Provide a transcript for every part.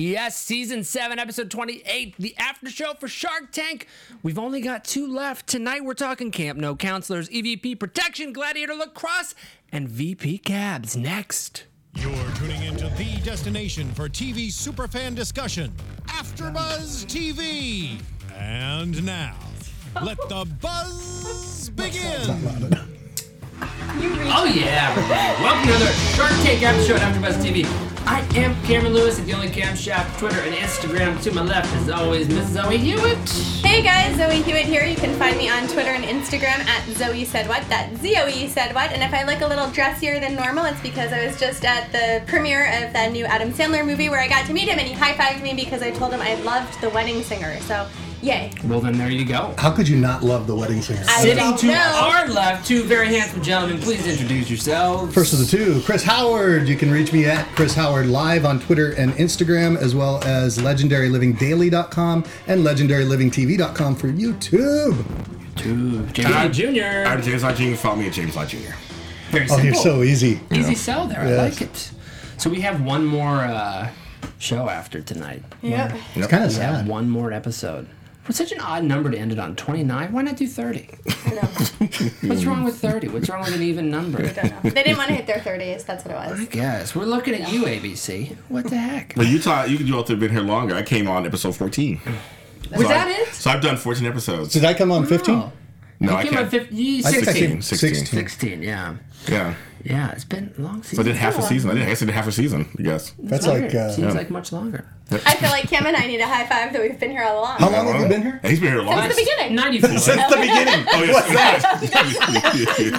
Yes, season seven, episode 28, the after show for Shark Tank. We've only got two left. Tonight we're talking Camp No Counselors, EVP Protection, Gladiator Lacrosse, and VP Cabs next. You're tuning into the destination for TV superfan discussion, AfterBuzz TV. And now, let the buzz begin. Oh yeah, everybody. Welcome to another Shark Tank episode of AfterBuzz TV. I am Cameron Lewis at the only cam shop, Twitter and Instagram. To my left, as always, Miss Zoe Hewitt. Hey guys, Zoe Hewitt here. You can find me on Twitter and Instagram at Zoe Said What. That's Zoe Said What. And if I look a little dressier than normal, it's because I was just at the premiere of that new Adam Sandler movie where I got to meet him and he high fived me because I told him I loved The Wedding Singer. So, yay. Well, then there you go. How could you not love the wedding singer? I Sitting don't to know. our left, two very handsome gentlemen. Please introduce yourselves. First of the two, Chris Howard. You can reach me at Chris Howard Live on Twitter and Instagram, as well as legendarylivingdaily.com and legendarylivingtv.com for YouTube. Two, James Jr. I'm James Lott Jr. Follow me at James Lott Jr. Very Oh, simple. you're so easy. Easy sell there. I Yes. like it. So we have one more uh, show after tonight. Yep. It's kind of We have sad. one more episode. What's such an odd number to end it on? 29? Why not do 30? I know. What's Hmm. wrong with 30? What's wrong with an even number? I don't know. They didn't want to hit their 30s. That's what it I was. guess. We're looking at you, ABC. What the heck? But you taught you you all have been here longer. I came on episode 14. Was so that I, it? So I've done 14 episodes. Did I come on 15? Oh, no, you I came on can't. 50, I think I 16. came 16. 16. 16, yeah. Yeah, Yeah, it's been a long so I season. did half a season. I did. I guess I did half a season. I guess. That's Longer. like, uh, Seems like much longer. I feel like Kim and I need a high five that we've been here all along. how long have you been here? And he's been here Since longer. the beginning. 94. Since the beginning. Oh yes. What's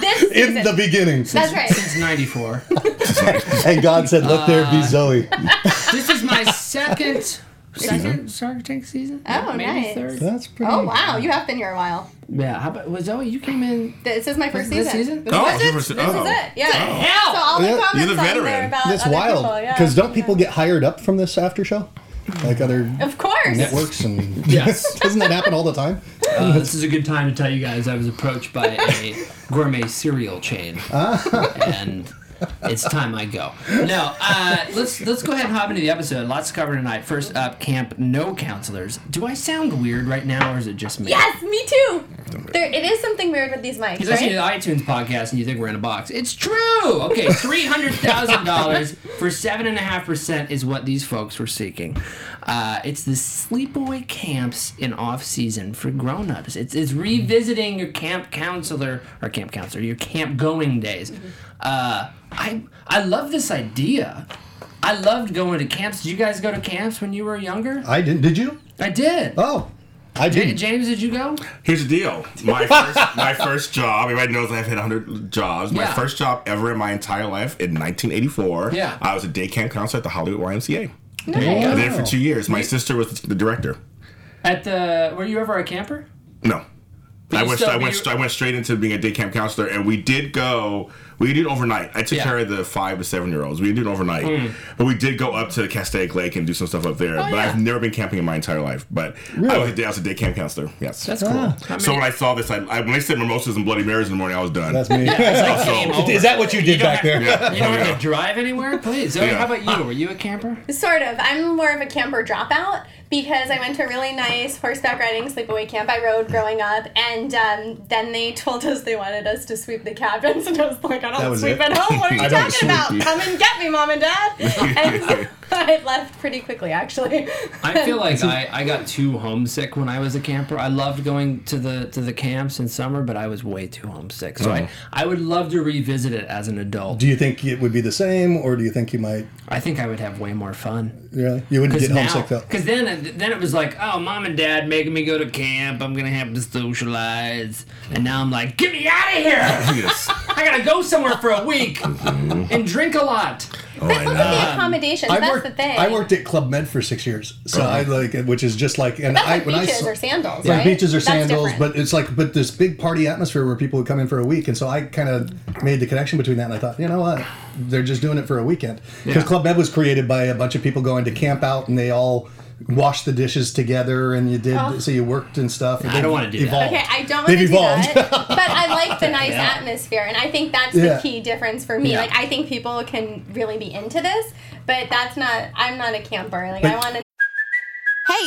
This season. In the beginning. That's right. Since 94. And God said, Let there Uh, be Zoe. This is my second second Shark Tank season. Oh, Maybe nice. Third. That's pretty. Oh, wow. You have been here a while. Yeah. How about was Zoe? You came in. This is my first This season. season? This Oh, was it. you were- This is oh. it. Yeah. Hell. So all the Yeah. comments You're the on there veteran. about That's other wild. people, yeah. Because don't people get hired up from this after show? Like other Of course. networks and. Yes. Doesn't that happen all the time? Uh, this is a good time to tell you guys I was approached by a gourmet cereal chain, and it's time I go. No, uh, let's let's go ahead and hop into the episode. Lots to cover tonight. First up, Camp No Counselors. Do I sound weird right now, or is it just me? Yes, me too. There, it is something weird with these mics, He's right? listening to the iTunes podcast, and you think we're in a box. It's true. Okay, three hundred thousand dollars for seven and a half percent is what these folks were seeking. Uh, it's the sleepaway camps in off season for grown-ups. It's it's revisiting your camp counselor or camp counselor, your camp going days. Uh, I I love this idea. I loved going to camps. Did you guys go to camps when you were younger? I didn't. Did you? I did. Oh, I didn't. James, did you go? Here's the deal. My first, my first job. Everybody knows I've had 100 jobs. My Yeah. first job ever in my entire life in 1984. Yeah. I was a day camp counselor at the Hollywood YMCA. Oh, Nice. I did it for two years. My sister was the director. At the were you ever a camper? No. I you went, still- I, went, you- I went straight into being a day camp counselor, and we did go. We did overnight. I took Yeah. Hmm. care of the five to seven year olds. We did overnight, but we did go up to Castaic Lake and do some stuff up there. but Oh, yeah. I've never been camping in my entire life. But I, was a day, I was a day camp counselor. Yes. That's cool. Ah. I mean- so when I saw this, I, I when they said mimosas and bloody marys in the morning, I was done. That's me. Game so, over. Is that what you did back there? yeah, You don't Oh, yeah. have to drive anywhere, please. Zoe, Yeah. how about you? Were you a camper? Sort of. I'm more of a camper dropout because I went to a really nice horseback riding sleepaway camp I rode growing up, and um, then they told us they wanted us to sweep the cabins, and I was like, I That don't was sweep it. at home. What are you I don't talking sweep. about? Come and get me, mom and dad. And so I left pretty quickly, actually. I feel like I, I got too homesick when I was a camper. I loved going to the to the camps in summer, but I was way too homesick. So I, I would love to revisit it as an adult. Uh-huh. Do you think it would be the same, or do you think you might I think I would have way more fun. really? You wouldn't get homesick though. Because then, then it was like, oh, mom and dad making me go to camp. I'm gonna have to socialize, and now I'm like, get me out of here! Yes. I gotta go somewhere for a week Mm-hmm. and drink a lot. Oh, I know. the accommodations. I that's worked. the thing. I worked at Club Med for six years, so I like, which is just like, and That's I like when I beaches saw- or sandals, like right? beaches or That's sandals, different. but it's like, but this big party atmosphere where people would come in for a week, and so I kind of made the connection between that, and I thought, you know what, they're just doing it for a weekend because Club Med was created by a bunch of people going to camp out, and they all washed the dishes together and you did Oh. so you worked and stuff. I don't wanna do that. Evolved. Okay, I don't want to They've do evolved. that, but I like the nice Yeah. atmosphere, and I think that's Yeah. the key difference for me. Yeah. Like, I think people can really be into this, but that's not. I'm not a camper. Like, I want to. Hey,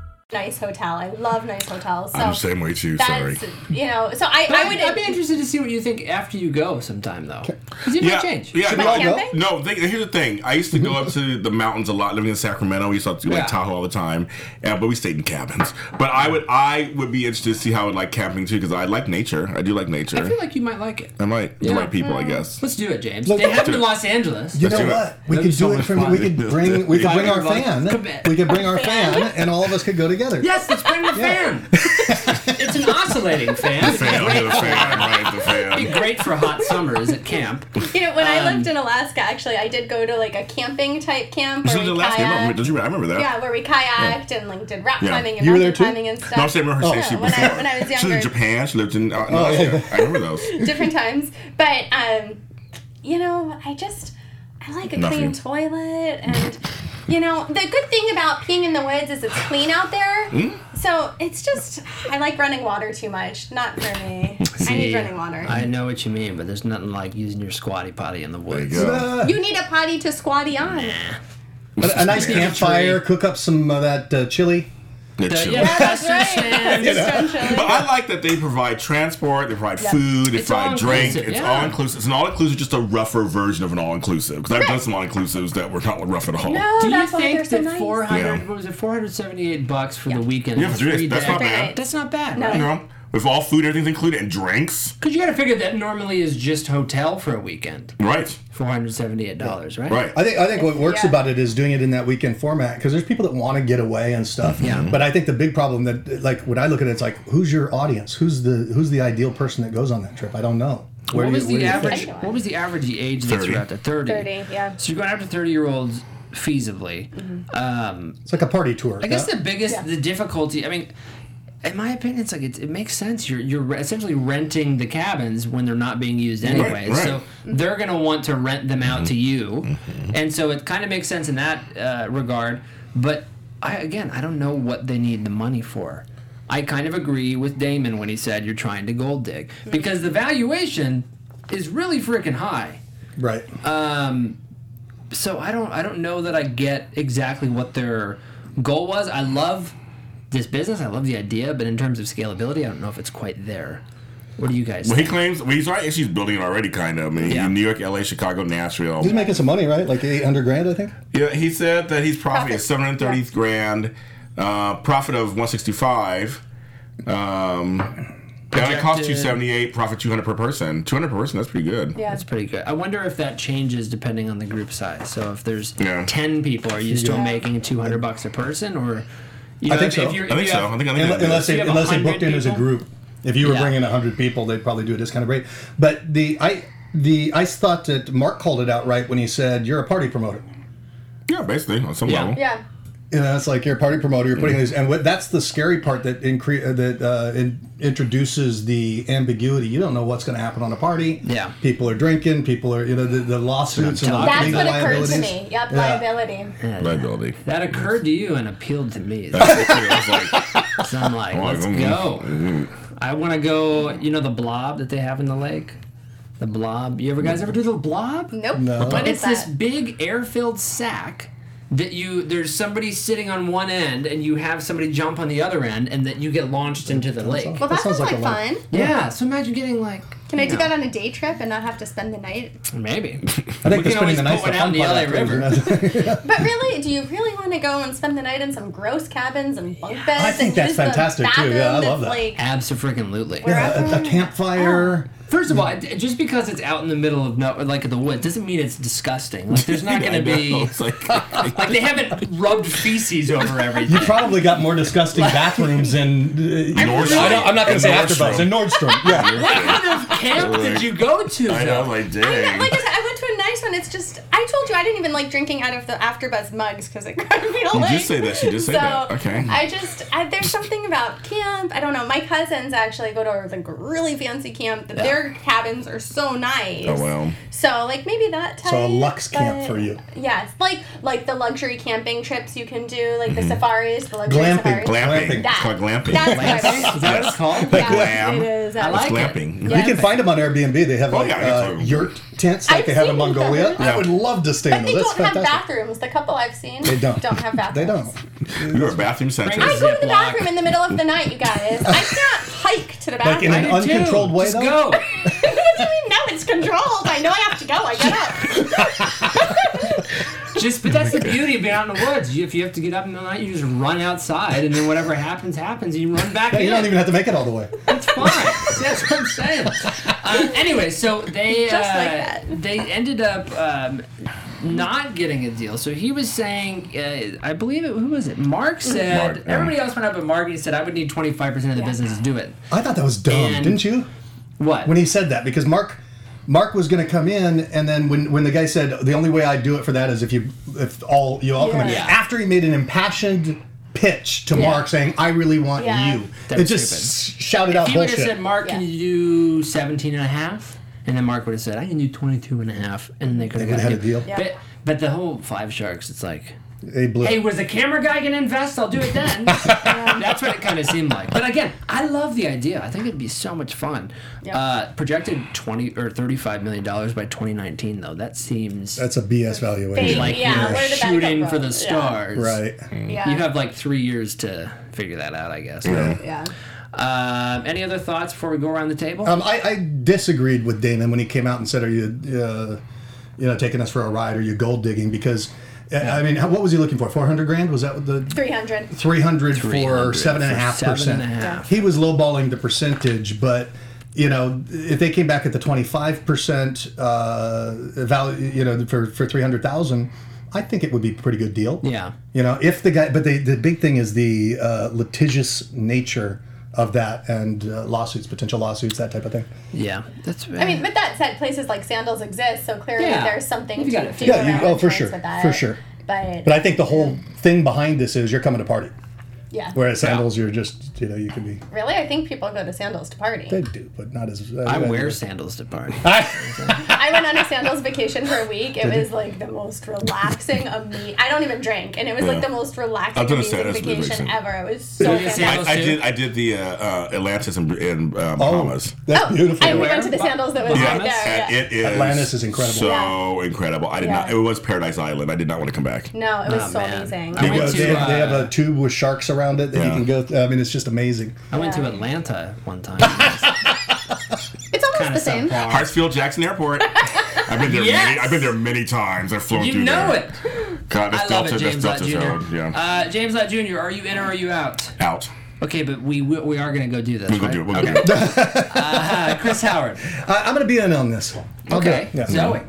nice hotel. I love nice hotels. So I'm the same way too. Sorry. that's you know. So I, I I would, would. I'd be interested to see what you think after you go sometime, though. Because it might Yeah, change. yeah. we no, all go? Mm-hmm. no, they, here's the thing. I used to go up to the mountains a lot, living in Sacramento. We used to, go up to like Yeah. Tahoe all the time, uh, but we stayed in cabins. But I would, I would be interested to see how I would like camping too, because I like nature. I do like nature. I feel like you might like it. I like the Yeah. right people, I guess. Let's do it, James. Look- they have them do in it. Los Angeles. You Let's know do it. what? We could That'd be so do it much from fun. we could bring we could bring our fan. Commit. We could bring our fan and all of us could go together. Yes, let's bring the fan. it's an oscillating fan. Mm-hmm. Fan, It'd yeah, the fan, right, the be fan. great for hot summers at camp. You know, when um, I lived in Alaska, actually, I did go to like a camping type camp This where was we the last game. I remember- kayaked. Did you? I remember that. Yeah, where we kayaked and like did rock Yeah. climbing and You were mountain there, too? Oh. climbing and stuff. No, I'm saying I remember her saying she Oh. when I- before. when I was She younger. Oh. lived in Japan. She lived in. Uh, no, yeah, I remember those. different times. But um, you know, I just I like a Nothing. clean toilet and you know, the good thing about peeing in the woods is it's clean out there. Hmm? So it's just I like running water too much. Not for me. I need See, running water. I know what you mean, but there's nothing like using your squatty potty in the There you woods. go. you need a potty to squatty on. A, a nice Yeah. campfire, cook up some of that uh, chili. They're Uh, chill. yeah, that's That's your right. fan. But I like that they provide transport, they provide food, they It's provide drink. all-inclusive, It's yeah. all inclusive. It's an all inclusive, just a rougher version of an all inclusive. Because I've done some all inclusives that were not rough at all. No, Do you Oh, that's why think they're so that nice. 400 Yeah. what was it 478 bucks for the weekend? Yeah, for three days. That's not Three bad. days. That's not bad, No. right? You know, with all food, everything's included, and drinks. Because you got to figure that normally is just hotel for a weekend, Right, four hundred seventy-eight dollars, right? right. I think I think what works Yeah. about it is doing it in that weekend format because there's people that want to get away and stuff. Yeah. But I think the big problem that like when I look at it, it's like who's your audience? Who's the who's the ideal person that goes on that trip? I don't know. Where What do was you- the where do you average? fit? What was the average age that 30. you're after? Thirty. 30, yeah. So you're going after thirty-year-olds feasibly. It's like a party tour. I guess the biggest, the difficulty. I mean, in my opinion, it's like it, it makes sense. You're you're re- essentially renting the cabins when they're not being used anyway. right. Mm-hmm. So they're gonna want to rent them out to you, and so it kind of makes sense in that uh, regard. But I again, I don't know what they need the money for. I kind of agree with Damon when he said you're trying to gold dig because the valuation is really freaking high. right. uh, So I don't I don't know that I get exactly what their goal was. I love this business. I love the idea, but in terms of scalability, I don't know if it's quite there. What do you guys? Well, he think? claims well, he's right. She's building it already, kind of. I mean, Yeah. New York, LA, Chicago, Nashville. He's making some money, right? Like eight hundred grand, I think. Yeah, he said that he's profit is Profit. seven hundred thirty Yeah. grand, uh, profit of one sixty five. Um, that only cost Projected. two seventy eight, profit two hundred per person. Two hundred per person, that's pretty good. Yeah. That's pretty good. I wonder if that changes depending on the group size. So if there's Yeah. ten people, are you still making two hundred bucks a person, or you know, I think if, so. if you're, I think if you so. have- I think I think Unless, that- unless So they you have unless they 100 booked in as a people? group. If you were Yeah. bringing hundred people, they'd probably do a discounted rate. But the I the I thought that Mark called it out right when he said you're a party promoter. yeah, basically on some Yeah. level. Yeah. you know, it's like you're a party promoter. You're putting these, and what, that's the scary part that incre- uh, that uh, in, introduces the ambiguity. You don't know what's going to happen on a party. Yeah. people are drinking. People are, you know, the, the lawsuits and the That's That's legal what occurred liabilities. to me. Yep, Yeah. liability. Liability. that occurred to you and appealed to me. I was like, So I'm like, Oh, let's mm, go. I want to go. You know the blob that they have in the lake, the blob. You ever guys ever do the blob? Nope. No. What is It's this that? big air-filled sack that you there's somebody sitting on one end and you have somebody jump on the other end and that you get launched into the lake. Well, That that, sounds sounds, like like, a lot. fun. Yeah, so imagine getting like Can I do that on a day trip and not have to spend the night? maybe. I think We that's can putting the nice always put the one out fun in the part LA afterwards, River. you know? But really, do you really want to go and spend the night in some gross cabins and bunk beds? I think and that's use the fantastic, too. Yeah, I bathroom love that's, that. Like, Absolutely. a, a campfire. First of all, it- just because it's out in the middle of no, like the woods, doesn't mean it's disgusting. Like there's not going to be It's like, like they haven't rubbed feces over You everything. probably got more disgusting bathrooms in. Uh, Nordstrom. I don't, I'm not going to In say Nordstrom. AfterBuzz in Nordstrom. Yeah. What kind of camp did you go to? I though? know, I'm like, I'm dang. not, like I said, I went to a nice one. It's just I told you I didn't even like drinking out of the AfterBuzz mugs because it kind me away. did say that. She did say so, that. Okay. I just I, there's something about camp. I don't know. My cousins actually go to like a really fancy camp. That Their cabins are so nice. oh, well. So like maybe that type. So a luxe camp but- for you. Yes, like like the luxury camping trips you can do, like Mm-hmm. the safaris, the luxury Glamping. safaris. Glamping. Glamping. It's called glamping. That's what Is I that what it's called? yeah, Glam. It is. I like It's it. glamping. Yeah. You can find them on Airbnb. They have like yeah, I uh, can- yurt tents like I've they have in seen them. Mongolia. Yeah. I would love to stay in But they those. That's don't have fantastic. bathrooms. The couple I've seen They don't. have bathrooms. They don't. You are bathroom central. Bring I go to the Ziploc. bathroom in the middle of the night, you guys. I can't hike to the bathroom. Like in an I do too. uncontrolled way Just though. go. what do you mean? Now it's controlled. I know I have to go. I get up. Just, but that's the beauty of being out in the woods. You, if you have to get up in the night, you just run outside, and then whatever happens, happens. And you run back. Yeah, in. you don't even have to make it all the way. It's fine. See, that's what I'm saying. Um, anyway, so they Just uh, like that. they ended up um, not getting a deal. So he was saying, uh, I believe it. Who was it? Mark Mm-hmm. said. Mark, yeah. Everybody else went up, but Mark he said, I would need 25 percent of the business to do it. I thought that was dumb, And- didn't you? What? When he said that, because Mark Mark was going to come in, and then when, when the guy said the only way I do it for that is if you if all you all come in Yeah. after he made an impassioned pitch to Yeah. Mark saying I really want Yeah. you, That it was just stupid. shouted out he would have bullshit. said, Mark, can Yeah. you do 17 and a half? And then Mark would have said, I can do 22 and a half. And they could have They would've got had a deal. But, but the whole Five Sharks, it's like, They blew. hey, it. was the camera guy going to invest? I'll do it then. That's what it kind of seemed like. But again, I love the idea. I think it'd be so much fun. Yeah. Uh, projected 20 or $35 million by 2019, though. That seems That's a BS valuation, like Yeah, you're where did that come shooting for from? the Yeah. stars. right? Yeah. You have like three years to figure that out, I guess. yeah. Um, any other thoughts before we go around the table? Um, I, I disagreed with Damon when he came out and said, "Are you, uh, you know, taking us for a ride? Are you gold digging?" Because, uh I mean, how- what was he looking for? Four hundred grand? Was that what the 300. three hundred for 300 seven and a for half seven percent? and a half. He was lowballing the percentage, but you know, if they came back at the twenty five percent uh, value, you know, for for three hundred thousand. I think it would be a pretty good deal. Yeah. You know, if the guy, but the, the big thing is the uh, litigious nature of that and uh, lawsuits, potential lawsuits, that type of thing. Yeah, that's. I mean, but that said, places like Sandals exist, so clearly Yeah. there's something You to got it. do. Yeah, you- around oh, for insurance sure. with that. For sure. But, But I think the whole thing behind this is you're coming to party. yeah. Whereas sandals, you're just, you know, you can be. really? I think people go to Sandals to party. They do, but not as. uh, I wear sandals to party. I went on a Sandals vacation for a week. It was like the most relaxing of me. I don't even drink, and it was like Yeah. the most relaxing I've done a amazing Sandals vacation vacation. ever. It was so did fantastic. Sandals I, I too? did. I did the uh, uh, Atlantis and, and uh, Oh, Bahamas. that's beautiful. I we Where? went to the Sandals that was Yeah. right there. And yeah. it is Atlantis is incredible. So Yeah. incredible. I did Yeah. not. It was Paradise Island. I did not want to come back. No, it was Oh, so man. amazing. I They, went have, to, they have- they have uh, a tube with sharks around it that Yeah. you can go. Th- I mean, it's just amazing. I went to Atlanta one time. It's It's almost kinda the same. subpar. Hartsfield Jackson Airport. I've been there. Yes! Many, I've been there many times. I've flown You through know there. it. God, that's I love Delta. it, James Lott that's Delta's road. Jr. Yeah. Uh, James Lott Jr., are you in or are you out? Out. Okay, but we we, we are going to go do this. We'll go right? do it. We'll go do it. Uh, Chris Howard. I, I'm going to be in on this one. I'll do Okay. it. Yeah. Zoe.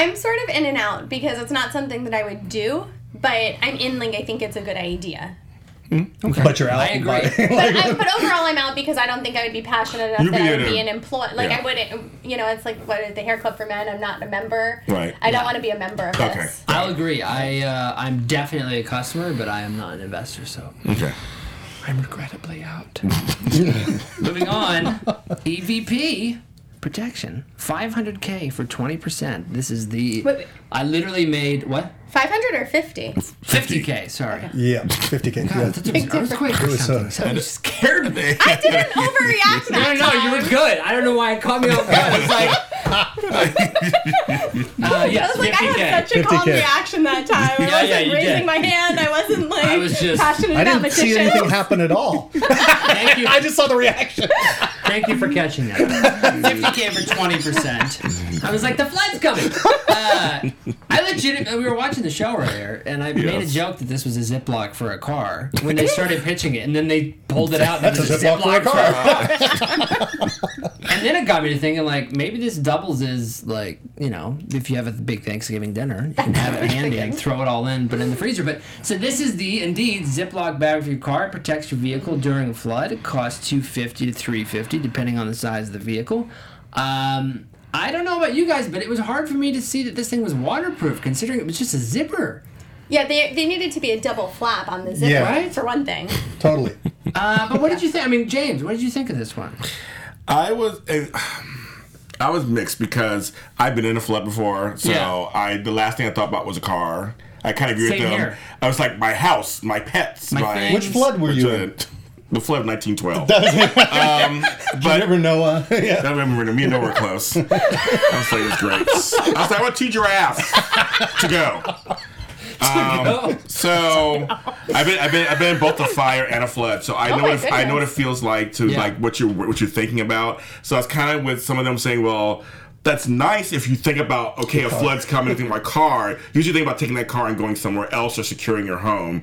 I'm sort of in and out because it's not something that I would do, but I'm in like I think it's a good idea. But you're out. I agree. by- But, I, but overall, I'm out because I don't think I would be passionate enough Oh You'd that be I would in be a- an employee. Like yeah. I wouldn't, you know, it's like what is the hair club for men? I'm not a member. Right. I don't Yeah. want to be a member of Okay. this. I'll agree. I uh, I'm definitely a customer, but I am not an investor, so Okay. I'm regrettably out. Moving on, E EVP protection, 500k for 20%. This is the Wait, wait. I literally made what 500 or 50? 50k. Sorry. yeah, 50K. God, I Yeah. thought it was an earthquake or It was, something. uh, So it scared me. I didn't overreact. No, that no, you time. were good. I don't know why it caught me off guard. It's like, uh, I yes, was like, I 50k. had such a calm 50K. reaction that time. I Yeah, wasn't yeah, you raising did. my hand. I wasn't like was just- passionate I about didn't see magicians. anything happen at all. Thank you. I just saw the reaction. Thank you for catching that. 50k for 20%. I was like, the flood's coming. Uh, I legit, we were watching watching the show earlier, and I made a Yes. joke that this was a Ziploc for a car when they started pitching it, and then they pulled it out. And That's it was a Ziploc for a and then it got me to thinking, like, maybe this doubles as, like, you know, if you have a big Thanksgiving dinner, you can have it handy and throw it all in, but in the freezer. But so this is the indeed Ziploc bag for your car. It protects your vehicle during a flood. It costs two fifty to three fifty, depending on the size of the vehicle. Um, I don't know about you guys, but it was hard for me to see that this thing was waterproof, considering it was just a zipper. Yeah, they, they needed to be a double flap on the zipper Yeah. Right? for one thing. Totally. Uh, but what did you think? I mean, James, what did you think of this one? I was. and I was mixed because I've been in a flood before, so Yeah. I the last thing I thought about was a car. I kind of agree Same with them. here. I was like, my house, my pets, My my, things. Which flood were you in? The flood of 1912. um, You but never know. Uh, yeah. I remember me and Noah were close. I was like, it was great. I was like, I want two giraffes to go. Um, so I've been, I've been I've been in both a fire and a flood, so I know my what it, I know what it goodness. feels like to Yeah. like what you're what you're thinking about. So I was kind of with some of them saying, well. That's nice if you think about okay, a flood's coming. Think my car. Usually think about taking that car and going somewhere else or securing your home.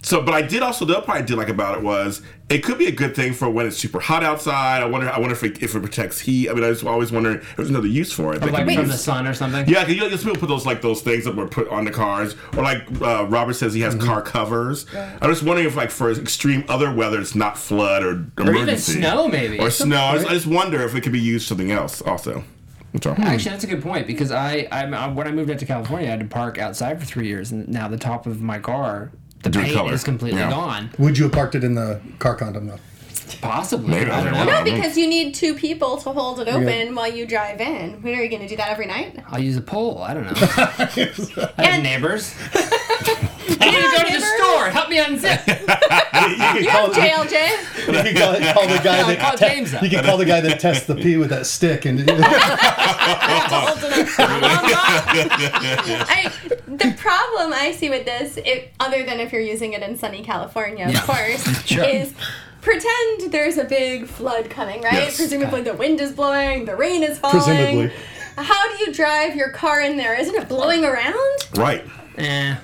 So, but I did also the other part I did like about it was it could be a good thing for when it's super hot outside. I wonder. I wonder if it, if it protects heat. I mean, I was always wondering if there's another use for it. that could Like be from the used- sun or something? yeah, 'cause you know, some people put those like those things that were put on the cars, or like uh, Robert says he has Mm-hmm. car covers. I'm just wondering if like for extreme other weather, it's not flood or Or emergency even snow, maybe. or snow. I just, I just wonder if it could be used for something else also. That's all. Actually, that's a good point because I, I'm- I, when I moved out to California, I had to park outside for three years, and now the top of my car, the Different paint color. is completely Yeah. gone. Would you have parked it in the car condom though? Possibly, Maybe. I don't I know. don't No, Mhm. because you need two people to hold it open while you drive in. What are you going to do that every night? I'll use a pole. I don't know. I have And- neighbors. I need to go to the neighbors. store. Help me unzip. You- You you- could call, you JLJ? could call, call the guy I'll Ah, call that James up. you could call the guy that tests the pee with that stick and I, the problem I see with this, if, other than if you're using it in sunny California, of Yeah. course, Sure. is pretend there's a big flood coming, right? Yes. Presumably the wind is blowing, the rain is falling. Presumably. How do you drive your car in there? Isn't it blowing around? Hmm. right. eh.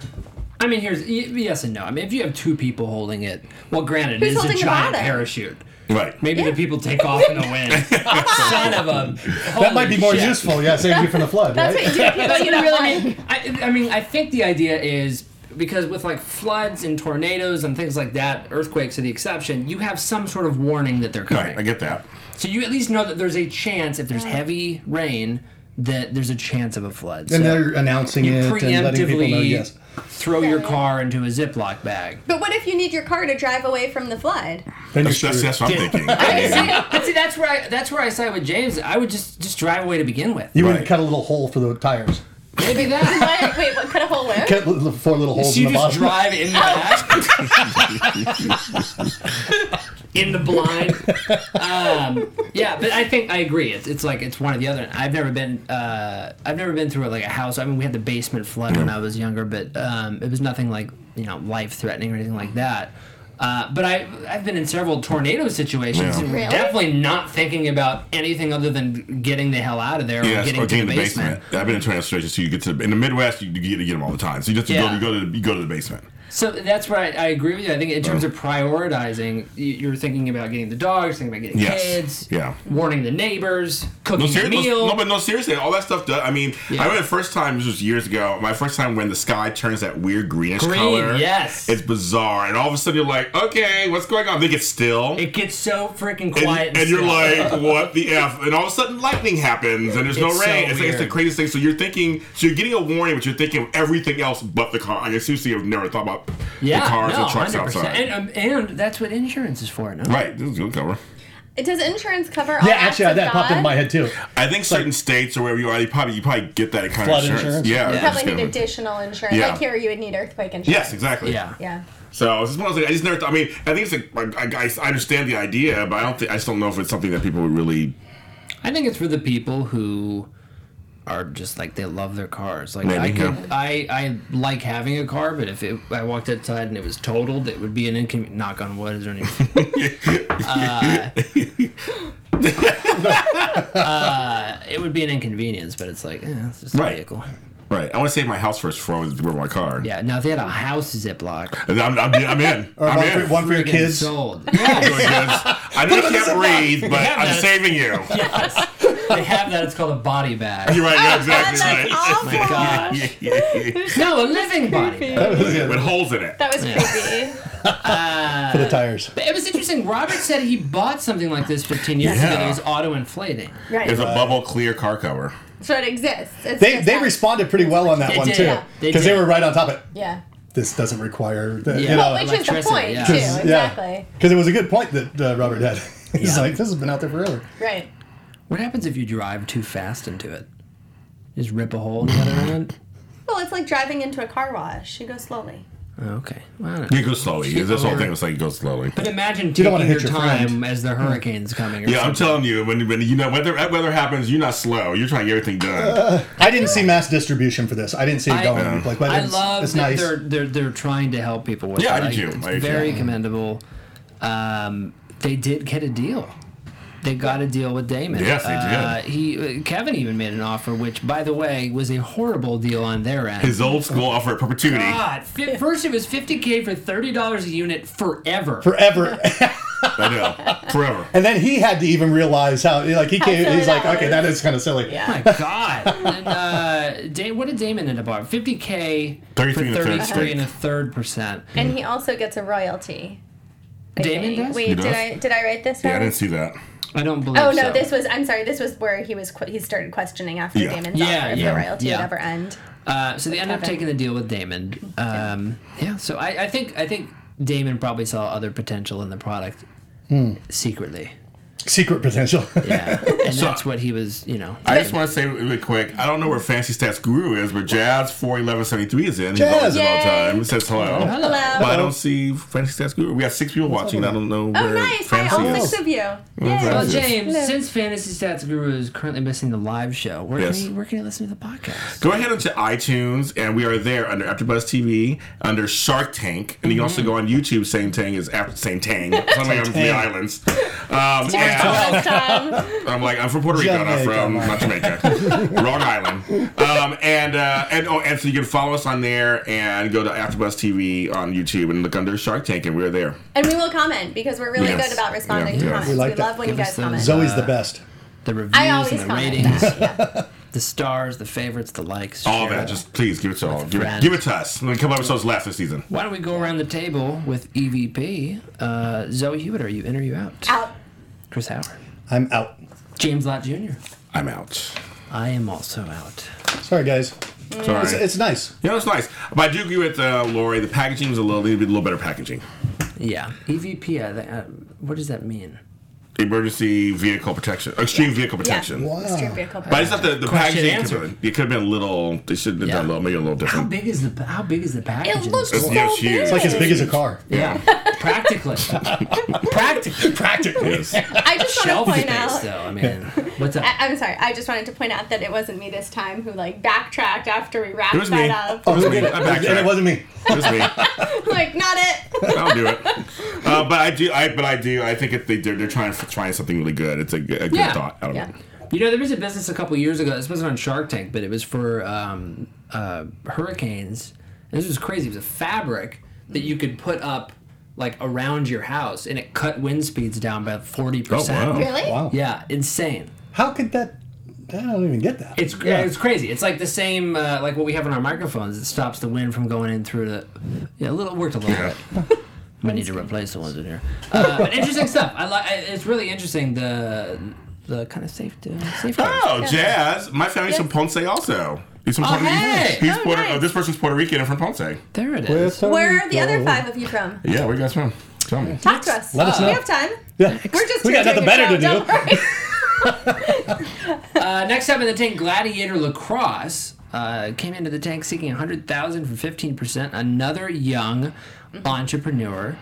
I mean, here's y- yes and no. I mean, if you have two people holding it, well, granted, Who's it is a holding the giant bottom? parachute. Right. Maybe the people take off in the wind. Son of a. that might be more Holy shit. useful. Yeah, save you from the flood, That's right? what you do. People you I don't really really mean, I, I mean, I think the idea is because with like floods and tornadoes and things like that, earthquakes are the exception. You have some sort of warning that they're coming, Right. I get that. so you at least know that there's a chance if there's heavy rain that there's a chance of a flood. and so they're announcing you it and letting people know. preemptively Yes, throw your car into a Ziploc bag. But what if you need your car to drive away from the flood? then you're That's, that's, screwed. that's what I'm thinking. But see, but see, that's where I, that's where I side with James. I would just just drive away to begin with. You would Right. cut a little hole for the tires. Maybe that. What? Wait, what? Cut a hole where? Cut little- four little holes So you in the just bottom. drive in the back. in the blind. Um, yeah, but I think I agree. It's, it's like it's one or the other. I've never been uh, I've never been through like a house. I mean, we had the basement flood when I was younger, but um, it was nothing like you know life threatening or anything like that. Uh, but I, I've been in several tornado situations, Yeah. and Really? definitely not thinking about anything other than getting the hell out of there or Yes, getting or to the getting basement. in the basement. I've been in tornado situations, so you get to the, in the Midwest, you, you get to get them all the time. So you just Yeah. go, you go to the, you go to the basement. So that's where I, I agree with you. I think in terms of prioritizing, y- you're thinking about getting the dogs, thinking about getting Yes. kids, Yeah. warning the neighbors, cooking No, the seri- no- meal. no, but no, seriously, all that stuff does. I mean, Yeah. I remember the first time, this was years ago, my first time when the sky turns that weird greenish Green, color. yes. It's bizarre. And all of a sudden you're like, okay, what's going on? They get still. it gets so freaking and, quiet. and you're still. like, what the F? And all of a sudden lightning happens and there's no It's so rain. it's like it's the weird. craziest thing. So you're thinking, so you're getting a warning, but you're thinking of everything else but the car. I guess seriously, I've never thought about yeah, the cars no, and trucks 100%. outside. And, um, and that's what insurance is for. No? Right, this is a good cover. Does insurance cover all Yeah, actually, acts of that popped God? into my head too. I think certain states or wherever you are, you probably you probably get that kind Flood of insurance. insurance? Yeah, You it's probably just need gonna- additional insurance. Yeah. Like here, you would need earthquake insurance. Yes, exactly. Yeah. Yeah. So it's just one of those things. I just never. Th- I mean, I think it's. A, I, I, I understand the idea, but I don't. Think, I just don't know if it's something that people would really. I think it's for the people who are just like they love their cars. Like Maybe, I could, yeah. I I like having a car, but if it, I walked outside and it was totaled, it would be an inconvenience. Knock on wood, is there any? Uh, uh, it would be an inconvenience, but it's like eh, it's just a Right. vehicle. Right. I want to save my house first before I was with my car. Yeah, now if they had a house Ziploc. And I'm, I'm, I'm in. Or I'm one, for, in. one for your friggin' kids. Sold. Yes. Doing this. I know I can't breathe, but Yeah, I'm that's- saving you. yes. They have that. It's called a body bag. You're right. Yeah, exactly that's right. awful. My gosh. Yeah, yeah, yeah. No, a living body bag. With holes in it. That was creepy. for the tires. But it was interesting. Robert said he bought something like this 15 years Yeah. ago. It was auto inflating. It's Right. a bubble clear car cover. So it exists. It's They just they not- responded pretty well on that They one did. too, Yeah. They because they, did. were right on top of it. Yeah. This doesn't require, the, Yeah. you Well, know, we Which is the Electricity, point, yeah. too. Because- Exactly. Because it was a good point that uh, Robert had. He's Yeah. like, this has been out there forever. Right. What happens if you drive too fast into it? Just rip a hole in the other end? Well, it's like driving into a car wash. You go slowly. Oh, Okay. Well, I don't know. You go slowly. This whole thing was like, you go slowly. But imagine don't taking wanna your hit your time friend. as the hurricane's coming. Or Yeah, I'm something. telling you, when, when you know weather that weather happens, you're not slow. You're trying to get everything done. I didn't see mass distribution for this. I didn't see it I- going. Yeah. Like, but I it's, love it's that nice. they're they're they're trying to help people with. Yeah, I it. do Like, too. It's Like, very yeah. commendable. Um, they did get a deal. They got a deal with Damon. Yes, they Uh, did. he Kevin even made an offer, which, by the way, was a horrible deal on their end. His old school offer at perpetuity. God, fi- first it was fifty k for thirty dollars a unit forever. forever. I know, forever. and then he had to even realize how like he came. silly He's like, that okay, was. that is kind of silly. Oh my God! and, uh, da- what did Damon end up on? Fifty k for 33 and a third thirty-three stake. and a third percent. And Mm-hmm. he also gets a royalty. I Damon think. does? Wait, He did does? I did I write this? Yeah, I right? didn't see that. I don't believe. Oh no, so. this was. I'm sorry. This was where he was. que- He started questioning after Yeah. Damon's Yeah, offer if yeah, the royalty yeah. would ever end. Uh, so they end up Kevin. taking the deal with Damon. Um, yeah. So I, I think I think Damon probably saw other potential in the product secretly. Secret potential. Yeah, and that's what he was. You know. I just want to say really quick. I don't know where Fancy Stats Guru is, but Jazz four eleven seventy three is in. He's always in all the Jazz. time. It says hello. Hello. But Hello. I don't see Fancy Stats Guru. We got six people watching. I don't know Oh where nice! Hi, Fancy all is. six of you. Well, Fancy Yay. is. James, Hello. since Fantasy Stats Guru is currently missing the live show, where Yes. can you, where can you listen to the podcast? Go ahead into iTunes, and we are there under AfterBuzz TV, under Shark Tank, and you can also go on YouTube. Same Tang is after Same Tang. Something I'm from the islands. Um, and- First time. I'm like, I'm from Puerto Rico, not Jamaica, from man. not Jamaica, wrong island. Um, and uh, and oh, and so you can follow us on there and go to AfterBuzz TV on YouTube and look under Shark Tank, and we're there. And we will comment because we're really Yes. good about responding Yeah. to Yeah. comments. We We, like that. love when you Give us guys comment. those, Zoe's the best. The reviews I always and the comment ratings, that. Yeah. the stars, the favorites, the likes. All share that, it. just please give it to all. Give it, friend. give it to us. When we come up with those last this season. Why don't we go around the table with EVP? Uh, Zoe Hewitt, are you in or you out? Out. Chris Howard, I'm out. James Lott Jr. I'm out. I am also out. Sorry, guys. Sorry. It's, it's nice. you know, it's nice. But I do agree with uh, Lori. The packaging was a little, needed to be a little better packaging. Yeah, EVP. I think, uh, what does that mean? Emergency vehicle protection, extreme vehicle protection. Yeah. Wow. Extreme vehicle But it's not the, the Question packaging. answered. Could have been, it could have been a little. They should have done a Yeah. little, maybe a little How different. big is the How big is the It package? in looks this? so yeah, it's huge. big. It's It's like as big as a car. yeah, practically, practically, practically. Yes. I just want Shelf to point space, out. though. I mean, what's up? I- I'm sorry. I just wanted to point out that it wasn't me this time who like backtracked after we wrapped It was that me. It up. was me. I And it backtracked. wasn't me. It was me. like not it. I'll do it. Uh, but I do. I but I do. I think if they they're, they're trying trying something really good. It's a, good- a good Yeah. thought. I don't know. You know, there was a business a couple years ago. This wasn't on Shark Tank, but it was for um, uh, hurricanes. And this was crazy. It was a fabric that you could put up like around your house, and it cut wind speeds down by forty percent. Oh, wow. Really? Wow. Yeah, insane. How could that? I don't even get that. It's it's crazy. It's like the same uh, like what we have on our microphones. It stops the wind from going in through the. Yeah, a little it worked a little bit. I need to replace the ones in here. Uh, but interesting stuff. I like. It's really interesting. The the kind of uh, safety. safety. Oh, jazz. My family's from Ponce also. He's from Oh, Puerto hey! He's Oh, Puerto, nice. oh, this person's Puerto Rican and from Ponce. There it is. Where are the other five of you from? Yeah, where you guys from? Tell me. Talk to us. Let us We know. have time. Yeah. We're just We here got doing nothing a better to show, do. don't worry. Uh, next up in the tank, Gladiator Lacrosse uh, came into the tank seeking 100000 for 15%. Another young entrepreneur.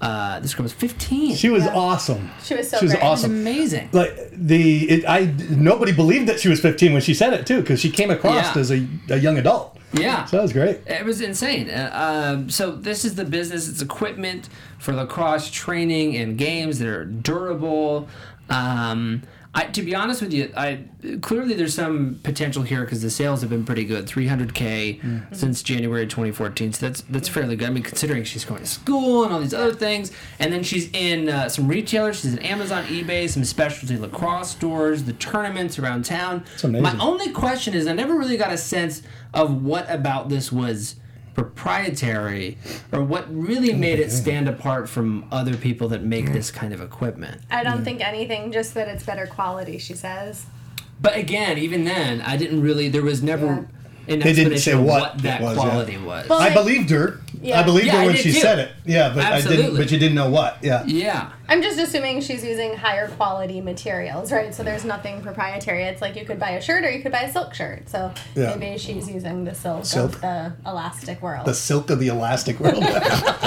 Uh, this girl was 15. Mm-hmm. She was awesome. She was so She was great. That's awesome. amazing. like the it, I nobody believed that she was 15 when she said it too because she came across Yeah. as a, a young adult. Yeah. so that was great. It was insane. Uh, um, so this is the business. It's equipment for lacrosse training and games that are durable. Um, I, to be honest with you, I clearly there's some potential here because the sales have been pretty good, 300k since January 2014. So that's that's fairly good. I mean, considering she's going to school and all these other things, and then she's in uh, some retailers. She's in Amazon, eBay, some specialty lacrosse stores, the tournaments around town. amazing. My only question is, I never really got a sense of what about this was proprietary or what really made it stand apart from other people that make this kind of equipment. I don't think anything, just that it's better quality, she says. But again, even then, I didn't really. There was never an They didn't explanation say of what what it that was, yeah. quality was. Well, I believed her. Yeah. I believed Yeah, I her when did she too. said it. Yeah, but I didn't. Absolutely. But you didn't know what. Yeah. yeah, I'm just assuming she's using higher quality materials, right? So there's nothing proprietary. It's like you could buy a shirt or you could buy a silk shirt. So Yeah. maybe she's using the silk, Silk. of the elastic world, The the, silk of the elastic world,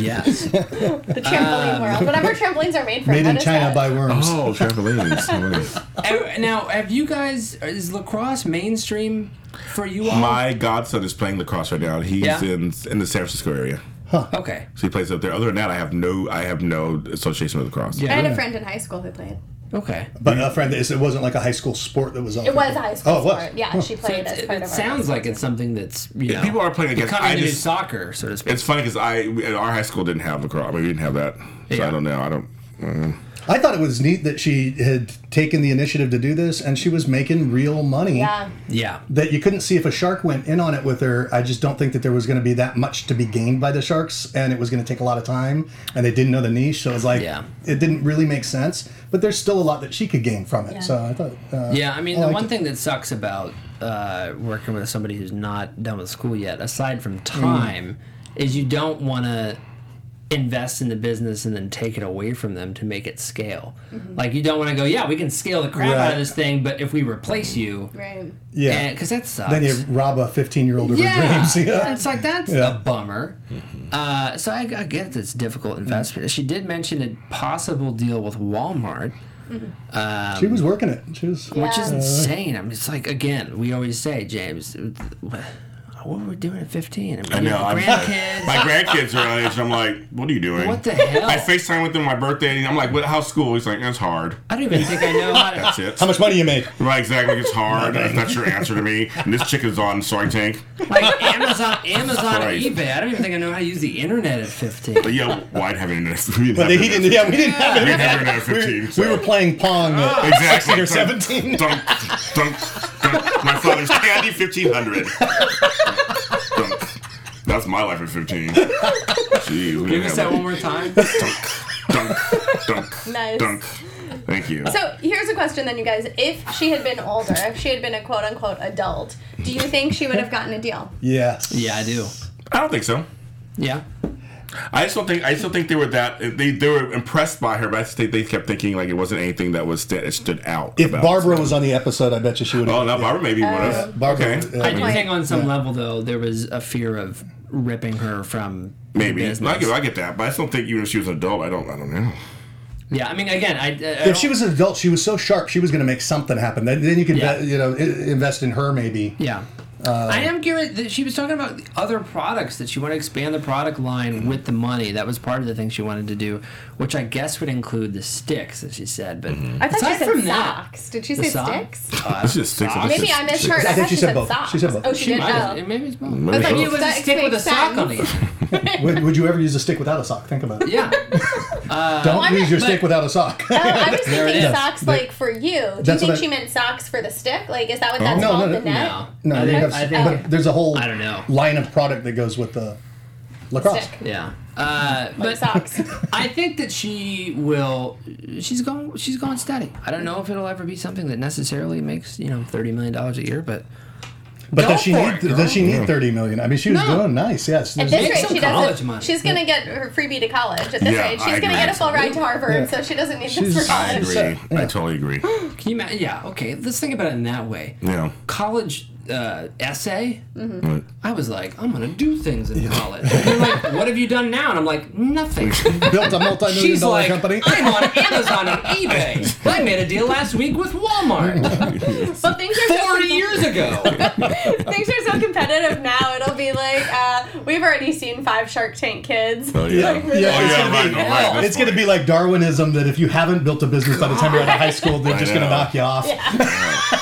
yes. trampoline world, whatever trampolines are made from. Ah. made what in is China that? by worms. Oh, trampolines. And now, have you guys? Is lacrosse mainstream for you all? My godson is playing lacrosse right now. He's Yeah. in in the San Francisco area, okay. so he plays up there. Other than that, I have no I have no association with lacrosse. I Yeah. had a friend in high school who played. Okay. But a friend, it wasn't like a high school sport that was. It was a high school Oh, it was. sport. Yeah, she So played it's- as it, part it of our sounds like it's something that's you know people are playing against- becoming I the new just- soccer, so to speak. It's funny because I we- our high school didn't have lacrosse. I mean, we didn't have that, so Yeah. I don't know. I don't. mm. I thought it was neat that she had taken the initiative to do this, and she was making real money. Yeah. yeah. That you couldn't see if a shark went in on it with her. I just don't think that there was going to be that much to be gained by the sharks, and it was going to take a lot of time, and they didn't know the niche, so it was like Yeah. it didn't really make sense. But there's still a lot that she could gain from it. Yeah. So I thought. Uh, Yeah, I mean, I the like one it. thing that sucks about uh, working with somebody who's not done with school yet, aside Mm. from time, is you don't want to invest in the business and then take it away from them to make it scale. Like, you don't want to go, yeah, we can scale the crap out Mm-hmm. Right. of this thing, but if we replace you, Right. Yeah. because that sucks. Then you rob a 15 year old of her yeah, dreams. Yeah. it's like that's Yeah. a bummer. Uh, so I, I get this difficult Mm. investment. She did mention a possible deal with Walmart. She was working it. She was. which is Yeah. insane. I mean, it's like again, we always say, James, uh, what were we doing at fifteen? I know. I'm- grandkids. My grandkids are on age. and I'm like, what are you doing? what the hell? I I, FaceTime with him my birthday. And I'm like, what? How's school? He's like, that's hard. don't even think I know how to. That's it. How much money you made? Right, exactly. It's hard. That's not your answer to me. And this chicken's on Sorry Tank. Like Amazon, Amazon, Christ. eBay. I don't even think I know how to use the internet at fifteen. But yeah, well, I'd have internet. We didn't But have they, he internet. didn't. Yeah, we didn't have We it. didn't have internet at 15. We were playing pong. at- Ah. 16 or exactly. Dunk, 17. Dunk, dunk, dunk. My father's candy 1500. Dunk. That's my life at 15. Gee, we Give didn't us have that that. one more time. Dunk, dunk, Nice. dunk. Thank you. So here's a question then, you guys. If she had been older, if she had been a quote unquote adult, do you think she would have gotten a deal? Yeah. Yeah, I do. I don't think so. Yeah, I just don't think. I still think they were that. They they were impressed by her, but I just think they kept thinking like it wasn't anything that was that stood out. If about- Barbara was on the episode, I bet you she would. Oh no, Barbara maybe Uh, would have. Barbara. okay. uh, I do think on some level though there was a fear of ripping her from the Maybe business. I get, I get that, but I still think even if she was an adult, I don't, I don't know. yeah, I mean, again, I, I don't- if she was an adult, she was so sharp, she was going to make something happen. Then, then you could, Yeah. uh, you know, i- invest in her maybe. Yeah. I am curious. that She was talking about the other products that she wanted to expand the product line with the money. That was part of the thing she wanted to do, which I guess would include the sticks, as she said. But I thought aside she from said that, socks. Did she The say sock? sticks? This just sticks. on Maybe I misheard. I, I think thought she said both. Socks. She said both. Oh, she, She did might have- both. maybe it's both. Maybe I thought both. you was a Sticks stick with a make sock on sense. it. Would, would you ever use a stick without a sock? Think about it. Yeah. Don't I'm use not- your stick without a sock. Oh, I was it thinking is. socks like for you. Do you That's think what I- she meant socks for the stick? Like, is that what that's No, called? no, the no, net? No. no, I you think, have, I think- but there's a whole I don't know. line of product that goes with the lacrosse. Stick. yeah. Uh, but Socks. I think that she will. She's going. She's going steady. I don't know if it'll ever be something that necessarily makes you know thirty million dollars a year, but But Go does she for need? it, girl. does she need thirty million? I mean, she was No. doing nice. Yes. At There's- this Make rate, some she doesn't. college money. She's gonna get her freebie to college. At this Yeah, rate, I she's gonna agree. get a full ride to Harvard, so she doesn't need this She's- for I college. agree. I totally agree. can you? ma- Yeah. Okay. Let's think about it in that way. Yeah. college uh, essay, I was like, I'm gonna do things in college. And they're like, what have you done now? And I'm like, nothing. built a multi-million She's dollar like, company. I'm on Amazon and eBay. I made a deal last week with Walmart But things are so 40 years ago. things are so competitive now. It'll be like uh, We've already seen five Shark Tank kids. Oh, yeah. Like, really- Yeah. Oh, yeah, It's right, gonna no, be- right. that's it's going to funny. be like Darwinism that if you haven't built a business by the time you're out of high school, they're I just going to know. knock you off.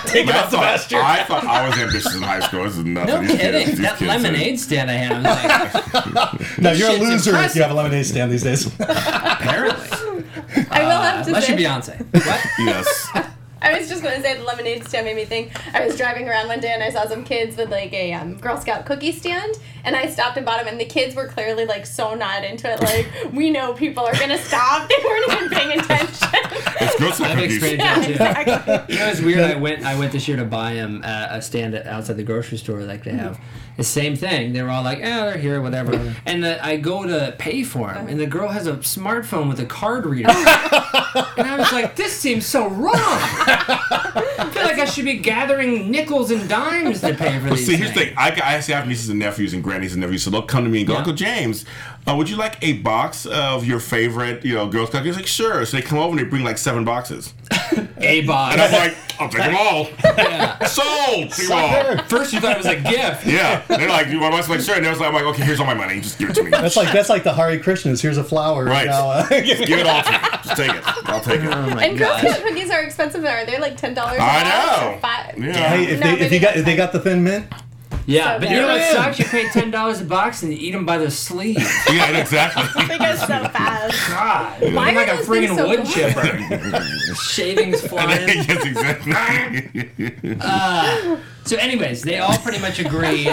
Take it I off the thought, pasture. I thought I was ambitious in high school. This is nothing. No These kids- kidding. these that kids are- lemonade stand I had, I was like, No, you're a shit's loser if impressive. you have a lemonade stand these days. apparently. I will have to Unless say. you're Beyonce. What? Yes. I was just gonna say the lemonade stand made me think. I was driving around one day and I saw some kids with like a um, Girl Scout cookie stand, and I stopped and bought them, and the kids were clearly like so not into it. Like we know people are gonna stop. They weren't even paying attention. It's good stuff That makes cookies. great yeah, sense, yeah. exactly. You know, it's weird. I went. I went this year to buy him uh, a stand at- outside the grocery store, like they have. Mm-hmm. The same thing. They were all like, "Oh, they're here, whatever." And the, I go to pay for him, and the girl has a smartphone with a card reader. and I was like, "This seems so wrong." I feel like I should be gathering nickels and dimes to pay for But these. see, here's the things. thing. I, I actually have nieces and nephews and grannies and nephews, so they'll come to me and go, Yeah. Uncle James, uh, would you like a box of your favorite, you know, Girl Scout cookies? Like, sure. So they come over and they bring like seven boxes. A box. And I'm like, I'll take them all. Yeah. Sold. Take 'em all. Sucker. First, you thought it was a gift. Yeah. They're like, you want my like, sure. And I was like, I'm like, okay, here's all my money. Just give it to me. That's like that's like the Hare Krishnas. Here's a flower. Right. Now, uh, Just give it all to me. Just take it. I'll take it. Oh my and Girl gosh. Scout cookies are expensive. Are they like ten dollars? I know. Five. Yeah. hey, if, No, they, if maybe you got next if they time. got the thin mint, Yeah, but you know what Yeah. sucks? You pay ten dollars a box and you eat them by the sleeve. Yeah, exactly. They go so fast. God, I'm Why like are a those things friggin' so wood long? chipper. Shavings flying. yes, exactly. So, anyways, they all pretty much agreed.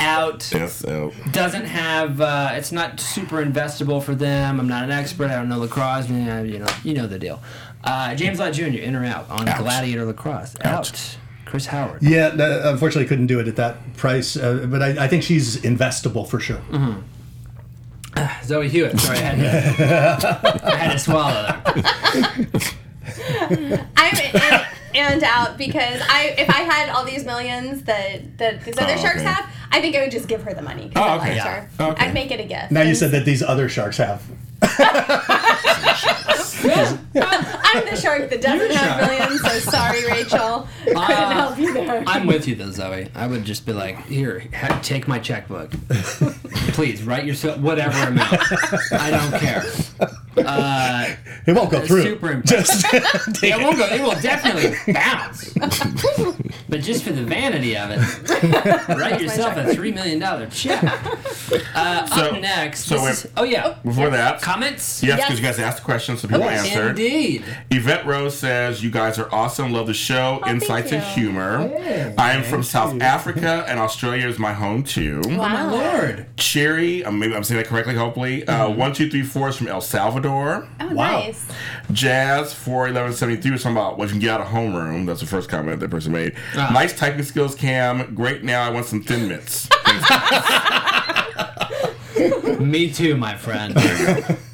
out yes, so. doesn't have. Uh, it's not super investable for them. I'm not an expert. I don't know lacrosse. You know, you know, you know the deal. Uh, James Lott Jr. In or out on Gladiator lacrosse? Out. Chris Howard. yeah, that, unfortunately couldn't do it at that price. Uh, but I, I think she's investable for sure. Mm-hmm. Zoe Hewitt. Sorry, I had to, I had to swallow that. I'm in and out because I, if I had all these millions that that these other Oh, sharks okay. have, I think I would just give her the money. 'cause Oh, I okay. liked Yeah. her. Okay. I'd make it a gift. Now you said that these other sharks have. I'm the shark that doesn't have millions, so sorry, Rachel. Couldn't help you there. Uh, I'm with you though, Zoe. I would just be like, here, ha- take my checkbook. Please write yourself whatever amount. I don't care. Uh, It won't go through. Super impressive. Just take It won't go. It will definitely bounce. but just for the vanity of it, write yourself a three million dollar check. Uh, So- up next. so this wait. is- oh yeah. Before that, Comments. yes, Yes. because you guys asked the questions, so people answered. Indeed. Yvette Rose says, You guys are awesome. Love the show, insights, and you. humor. I am from South Africa, and Australia is my home too. Oh my lord. Cherry, uh, maybe I'm saying that correctly, hopefully. Uh, 1234 is from El Salvador. Oh, Wow. nice. Jazz, 41173 was talking about, Well, if you can get out of homeroom, that's the first comment that person made. Ah. Nice typing skills, Cam. Great now. I want some thin mints. Me too, my friend.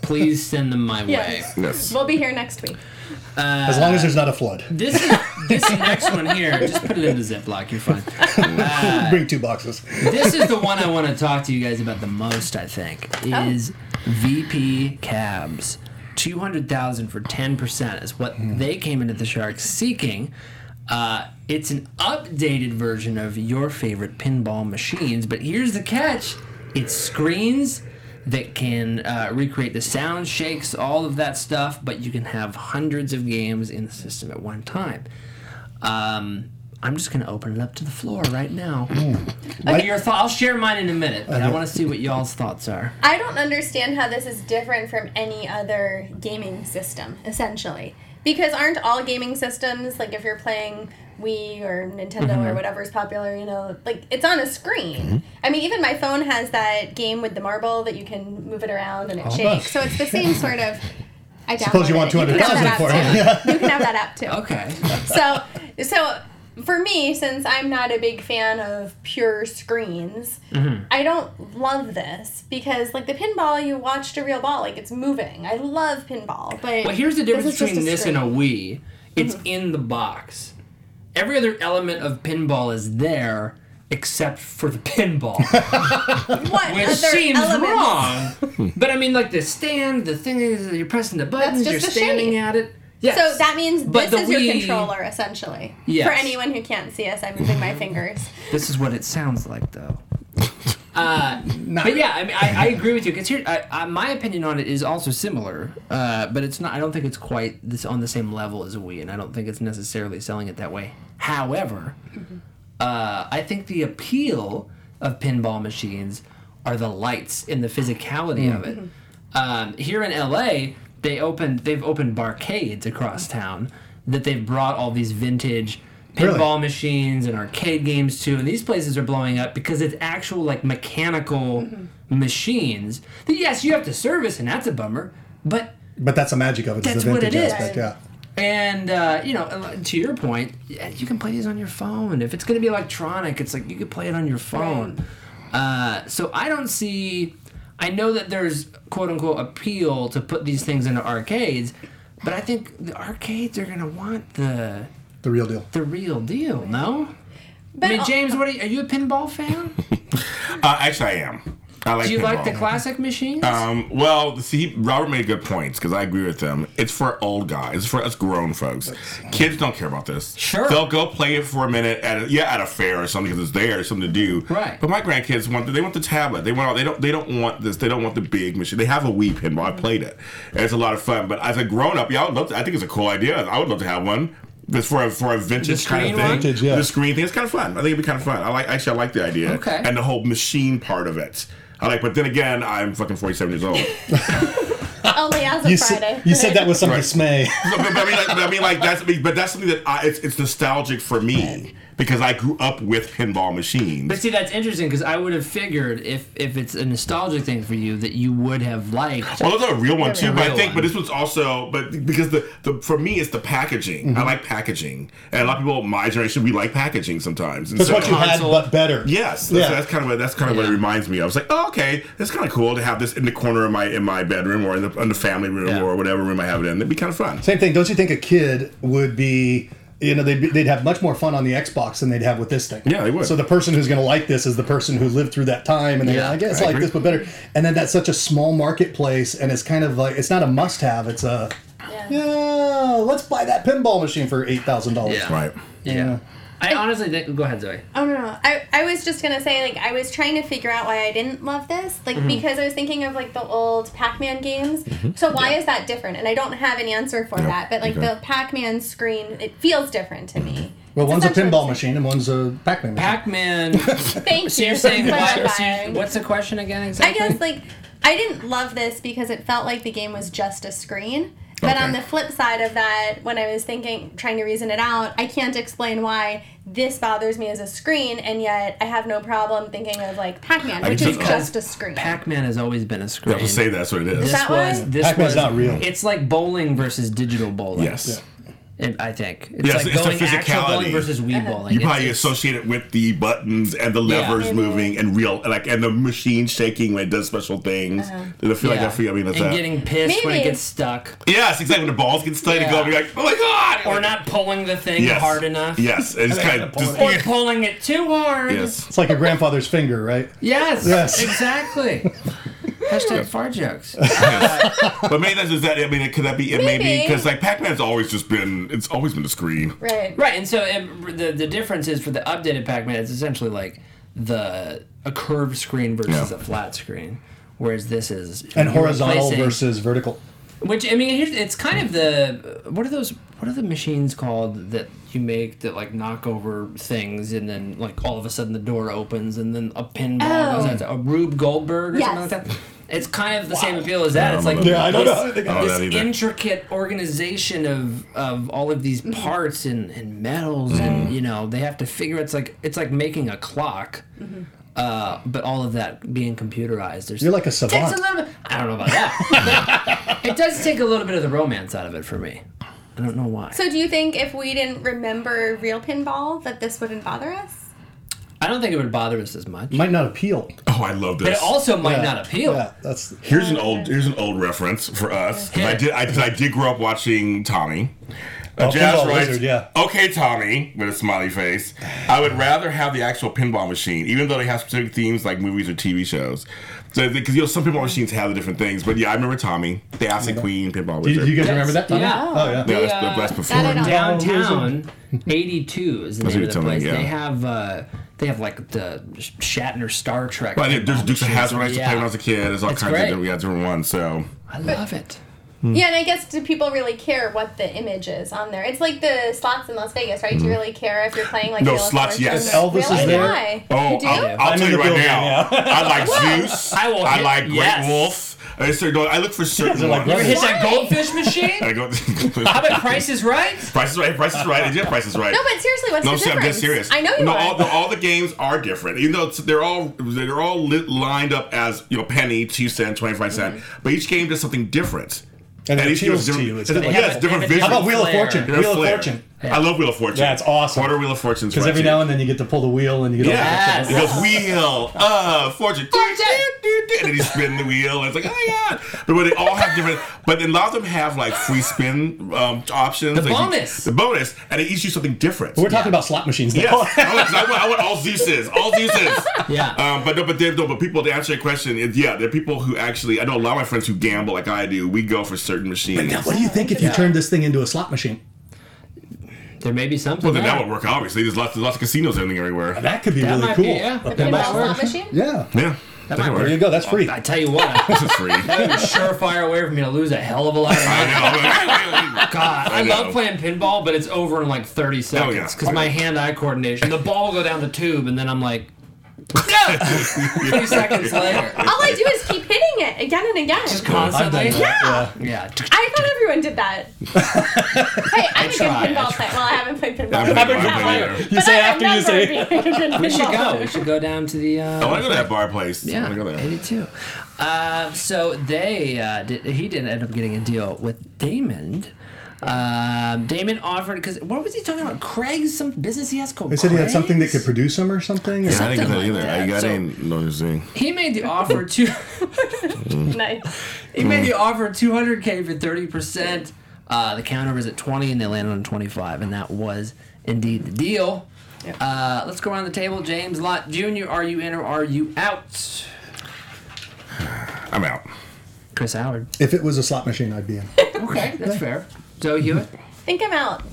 Please send them my way. Yes. yes. We'll be here next week. as long as there's not a flood. This is this next one here. Just put it in the ziploc. You're fine. Bring two boxes. This is the one I want to talk to you guys about the most. I think is VP cabs. Two hundred thousand for ten percent is what they came into the Sharks seeking. Uh, it's an updated version of your favorite pinball machines, but here's the catch: it's screens that can uh, recreate the sound, shakes, all of that stuff, but you can have hundreds of games in the system at one time. Um, I'm just gonna open it up to the floor right now. What are your thoughts? I'll share mine in a minute. But I want to see what y'all's thoughts are. I don't understand how this is different from any other gaming system, essentially. Because aren't all gaming systems, like if you're playing Wii or Nintendo Mm-hmm. or whatever's popular, you know, like it's on a screen. I mean, even my phone has that game with the marble that you can move it around and it shakes. So it's the same sort of. I Suppose you downloaded want it. can have 200,000 that for app, it. Yeah. too. You can have that app too Okay. so so for me since i'm not a big fan of pure screens Mm-hmm. i don't love this because like the pinball you watched a real ball like it's moving i love pinball but Well, here's the difference is just between a Mm-hmm. this and screen. a Wii. It's in the box. Every other element of pinball is there except for the pinball. what Which other seems elements? wrong. but I mean, like the stand, the thing is, you're pressing the buttons, just you're the standing shape. at it. Yes. so that means But this the is your Wii- controller essentially Yes. for anyone who can't see us i'm moving my fingers This is what it sounds like, though. Not, Uh, But yeah, I mean, I, I agree with you because here, I, I, my opinion on it is also similar, uh, but it's not. I don't think it's quite this on the same level as a Wii, and I don't think it's necessarily selling it that way. However, uh, I think the appeal of pinball machines are the lights and the physicality of it. Um, here in LA, they opened they've opened barcades across town that they've brought all these vintage Really? pinball machines and arcade games too and these places are blowing up because it's actual like mechanical machines that yes you have to service and that's a bummer but But that's the magic of it. is That's the what vintage it is. aspect, yeah. and uh, you know to your point yeah, you can play these on your phone if it's going to be electronic it's like you could play it on your phone uh, so i don't see i know that there's quote unquote appeal to put these things into arcades but i think the arcades are going to want the The real deal. the real deal no But I mean, al- James, what are you, are you a pinball fan? Uh, actually, I am. I like Do you like the pinball. classic machines? Um, well, see, Robert made good points because I agree with him. It's for old guys. It's for us grown folks. Kids don't care about this. Sure. they'll go play it for a minute at a, yeah at a fair or something because it's there, it's something to do. Right. But my grandkids want the, they want the tablet. They want all- they don't they don't want this. They don't want the big machine. They have a Wii pinball. Mm-hmm. I played it. And it's a lot of fun. But as a grown up, yeah, I would love. To, I think it's a cool idea. I would love to have one. It's for a for a vintage kind screen of thing. one? Vintage, yeah. The screen thing. It's kind of fun. I think it'd be kind of fun. I like actually I like the idea. Okay. And the whole machine part of it. I like, but then again, I'm fucking 47 years old. only as of Friday. You, said, you said that with some Right. dismay. No, but, but I mean, like, but I mean, like that's but that's something that I, it's, it's nostalgic for me because I grew up with pinball machines. But see, that's interesting because I would have figured if if it's a nostalgic thing for you that you would have liked. well, those are a real one too, but I Real think, but one. this was also, but because the, the for me, it's the packaging. Mm-hmm. I like packaging, and a lot of people my generation we like packaging sometimes. And That's so- what you had, console. but better. Yes, that's, Yeah. that's kind of what that's kind of what it Yeah. reminds me. of. I was like, oh, okay, that's kind of cool to have this in the corner of my in my bedroom or in the, in the family room Yeah. or whatever room I have it in. It'd be kind of fun. Same thing. Don't you think a kid would be, you know, they'd, be- they'd have much more fun on the Xbox than they'd have with this thing? Yeah, they would. So the person who's going to like this is the person who lived through that time, and they Yeah, I guess I like agree. this but better. And then that's such a small marketplace, and it's kind of like it's not a must-have. It's a yeah, let's buy that pinball machine for eight thousand dollars. Yeah. Right. yeah. I honestly think. Go ahead, Zoe. Oh no, no. I, I was just gonna say like I was trying to figure out why I didn't love this like Mm-hmm. because I was thinking of like the old Pac-Man games. So why is that different? And I don't have an answer for that. But like Okay. the Pac-Man screen, it feels different to me. Well, one's a Essentially pinball the same. machine and one's a Pac-Man machine. Pac-Man. Thank you. so you're saying for why, so clarifying. you- what's the question again I exactly? guess like I didn't love this because it felt like the game was just a screen. But on Okay. the flip side of that, when I was thinking, trying to reason it out, I can't explain why this bothers me as a screen, and yet I have no problem thinking of like Pac-Man, which can is tell- just a screen. Pac-Man has always been a screen. I have to say that's what it is. This that was why? this Pac-Man's was not real. It's like bowling versus digital bowling. yes. It- I think it's Yes, like it's the bowling, actual physicality. bowling versus Uh-huh. Wii bowling. You It's- probably it's- associate it with the buttons and the levers moving and real like and the machine shaking when it does special things. I feel like Uh-huh. yeah. that feel I mean that's and that. getting pissed when it Maybe. gets stuck yes, exactly. When the balls get stuck, and go Yeah. up, you're like, oh my god, or not pulling the thing Yes. hard enough. Yes, and it's kind of just, Or pulling it too hard. yes. It's like a grandfather's finger, right? Yes. Yes. Exactly. Hashtag far jokes. but maybe that's just that. I mean, could that be? It may be Maybe. because like Pac-Man's always just been. It's always been a screen. Right. right, and so it, the the difference is for the updated Pac-Man, it's essentially like the a curved screen versus Yeah. a flat screen, whereas this is And horizontal replacing- versus vertical. Which I mean, here's, it's kind of the what are those? What are the machines called that you make that like knock over things and then like all of a sudden the door opens and then a pinball Oh. goes out. A Rube Goldberg or Yes. something like that. It's kind of the same appeal as that. It's like Yeah, I don't know. this, I don't know this that either. intricate organization of of all of these Mm-hmm. parts and, and metals Mm-hmm. and you know they have to figure it's like it's like making a clock. Mm-hmm. Uh, but all of that being computerized, there's You're like a takes savant. a little bit. I don't know about that. it does take a little bit of the romance out of it for me. I don't know why. So do you think if we didn't remember real pinball, that this wouldn't bother us? I don't think it would bother us as much. Might not appeal. Oh, I love this. But it also might Yeah. not appeal. Yeah, that's Here's an old here's an old reference for us. 'cause I did I, 'cause I did grow up watching Tommy. A Oh, jazz Pinball writes, Wizard, yeah. Okay, Tommy, with a smiley face. I would rather have the actual pinball machine, even though they have specific themes like movies or TV shows. So because you know some pinball machines have the different things, but yeah, I remember Tommy, the Acid Queen pinball Do you, wizard. do you guys remember that? That's- yeah. Oh yeah. yeah, that's, the, uh, that's that I before. don't- Downtown, 82 is the That's name what of the you're telling me, place. yeah. They have uh, They have like the Shatner Star Trek. But it, there's Dukes of Hazzard I used to play Yeah. when I was a kid. There's all It's kinds great. of we had different ones. So I love it. Yeah, and I guess do people really care what the image is on there? It's like the slots in Las Vegas, right? Do you really care if you're playing like No, Wheel of slots, Fortune yes. or- Elvis is really? there. Why? Oh, you do? I'll, I'll I'm tell in you the right building now. I like Zeus. I will I hit- like Great yes. Wolf. I, used to go- I look for certain are like ones. Ever hit that Why? goldfish machine? I go. How about Price is Right? Price is right. Price is right. I did Price is right. No, but seriously, what's No, the I'm, ser- I'm difference? dead serious. I know you no, are. All, no, all the games are different. You know, it's, they're all they're all li- lined up as you know, penny, two cent, twenty five cent. Mm-hmm. But each game does something different. And it each game appeals is to you. different. It's different. yeah, it's different visuals. How about Wheel of Flair. Fortune? There's Wheel of flair. Fortune. I love Wheel of Fortune. Yeah, it's awesome. Quarter Wheel of Fortune. Because every now and then you get to pull the wheel and you get all yeah, Yes. that. it goes Wheel of Fortune. Fortune. And then you spin the wheel. And it's like, oh my god! But, but they all have different. But then a lot of them have like free spin um, options. The like you- bonus. the bonus, and they each do something different. We're talking about slot machines now. Yes, I want, I want, I want all Zeus's, all Zeus's. Yeah. Um, but no, but there, no, but people to answer your question, it- yeah, there are people who actually. I know a lot of my friends who gamble like I do. We go for certain machines. Now, what do you think if you turned this thing into a slot machine? There may be something. well, then there. that would work. Obviously, there's lots, lots of casinos and everything everywhere. That could be That really might cool. be- yeah. Up That in You know, might that- work. slot machine. yeah. Yeah, that could There you go. That's free. I tell you what, This is free. I I'm sure far away from me to lose a hell of a lot of money. know. God, I, I know. love playing pinball, but it's over in like 30 seconds yeah. because Oh, my yeah. hand-eye coordination. The ball will go down the tube, and then I'm like, no. 30 seconds later, All I do is keep hitting it again and again. just I've done constantly. that, Yeah. yeah. I thought everyone did that. hey, I'm a try, I good try. pinball player. Well, I haven't played pinball. I'm a good But pinball player. You say I after you remember say- being a good We should pinball go. player. We should go down to the. Uh, I want to go to that bar place. I want to Oh, go Yeah, there. 82. Uh, so they uh, did, he did end up getting a deal with Damon. Um, Damon offered because what was he talking about? Craig's some business he has called. They said he had something that could Craig's? produce them or something. Yeah, I didn't get that Something either. like I, that. I So- didn't know what you were saying. He made the offer to. Nice. He made the offer of 200k for 30 percent. Uh, the counter was at 20, and they landed on 25, and that was indeed the deal. Uh, let's go around the table. James Lott Jr., are you in or are you out? I'm out. Chris Howard. If it was a slot machine, I'd be in. Okay, that's fair. Joe Hewitt. Think I'm out. Mm-hmm.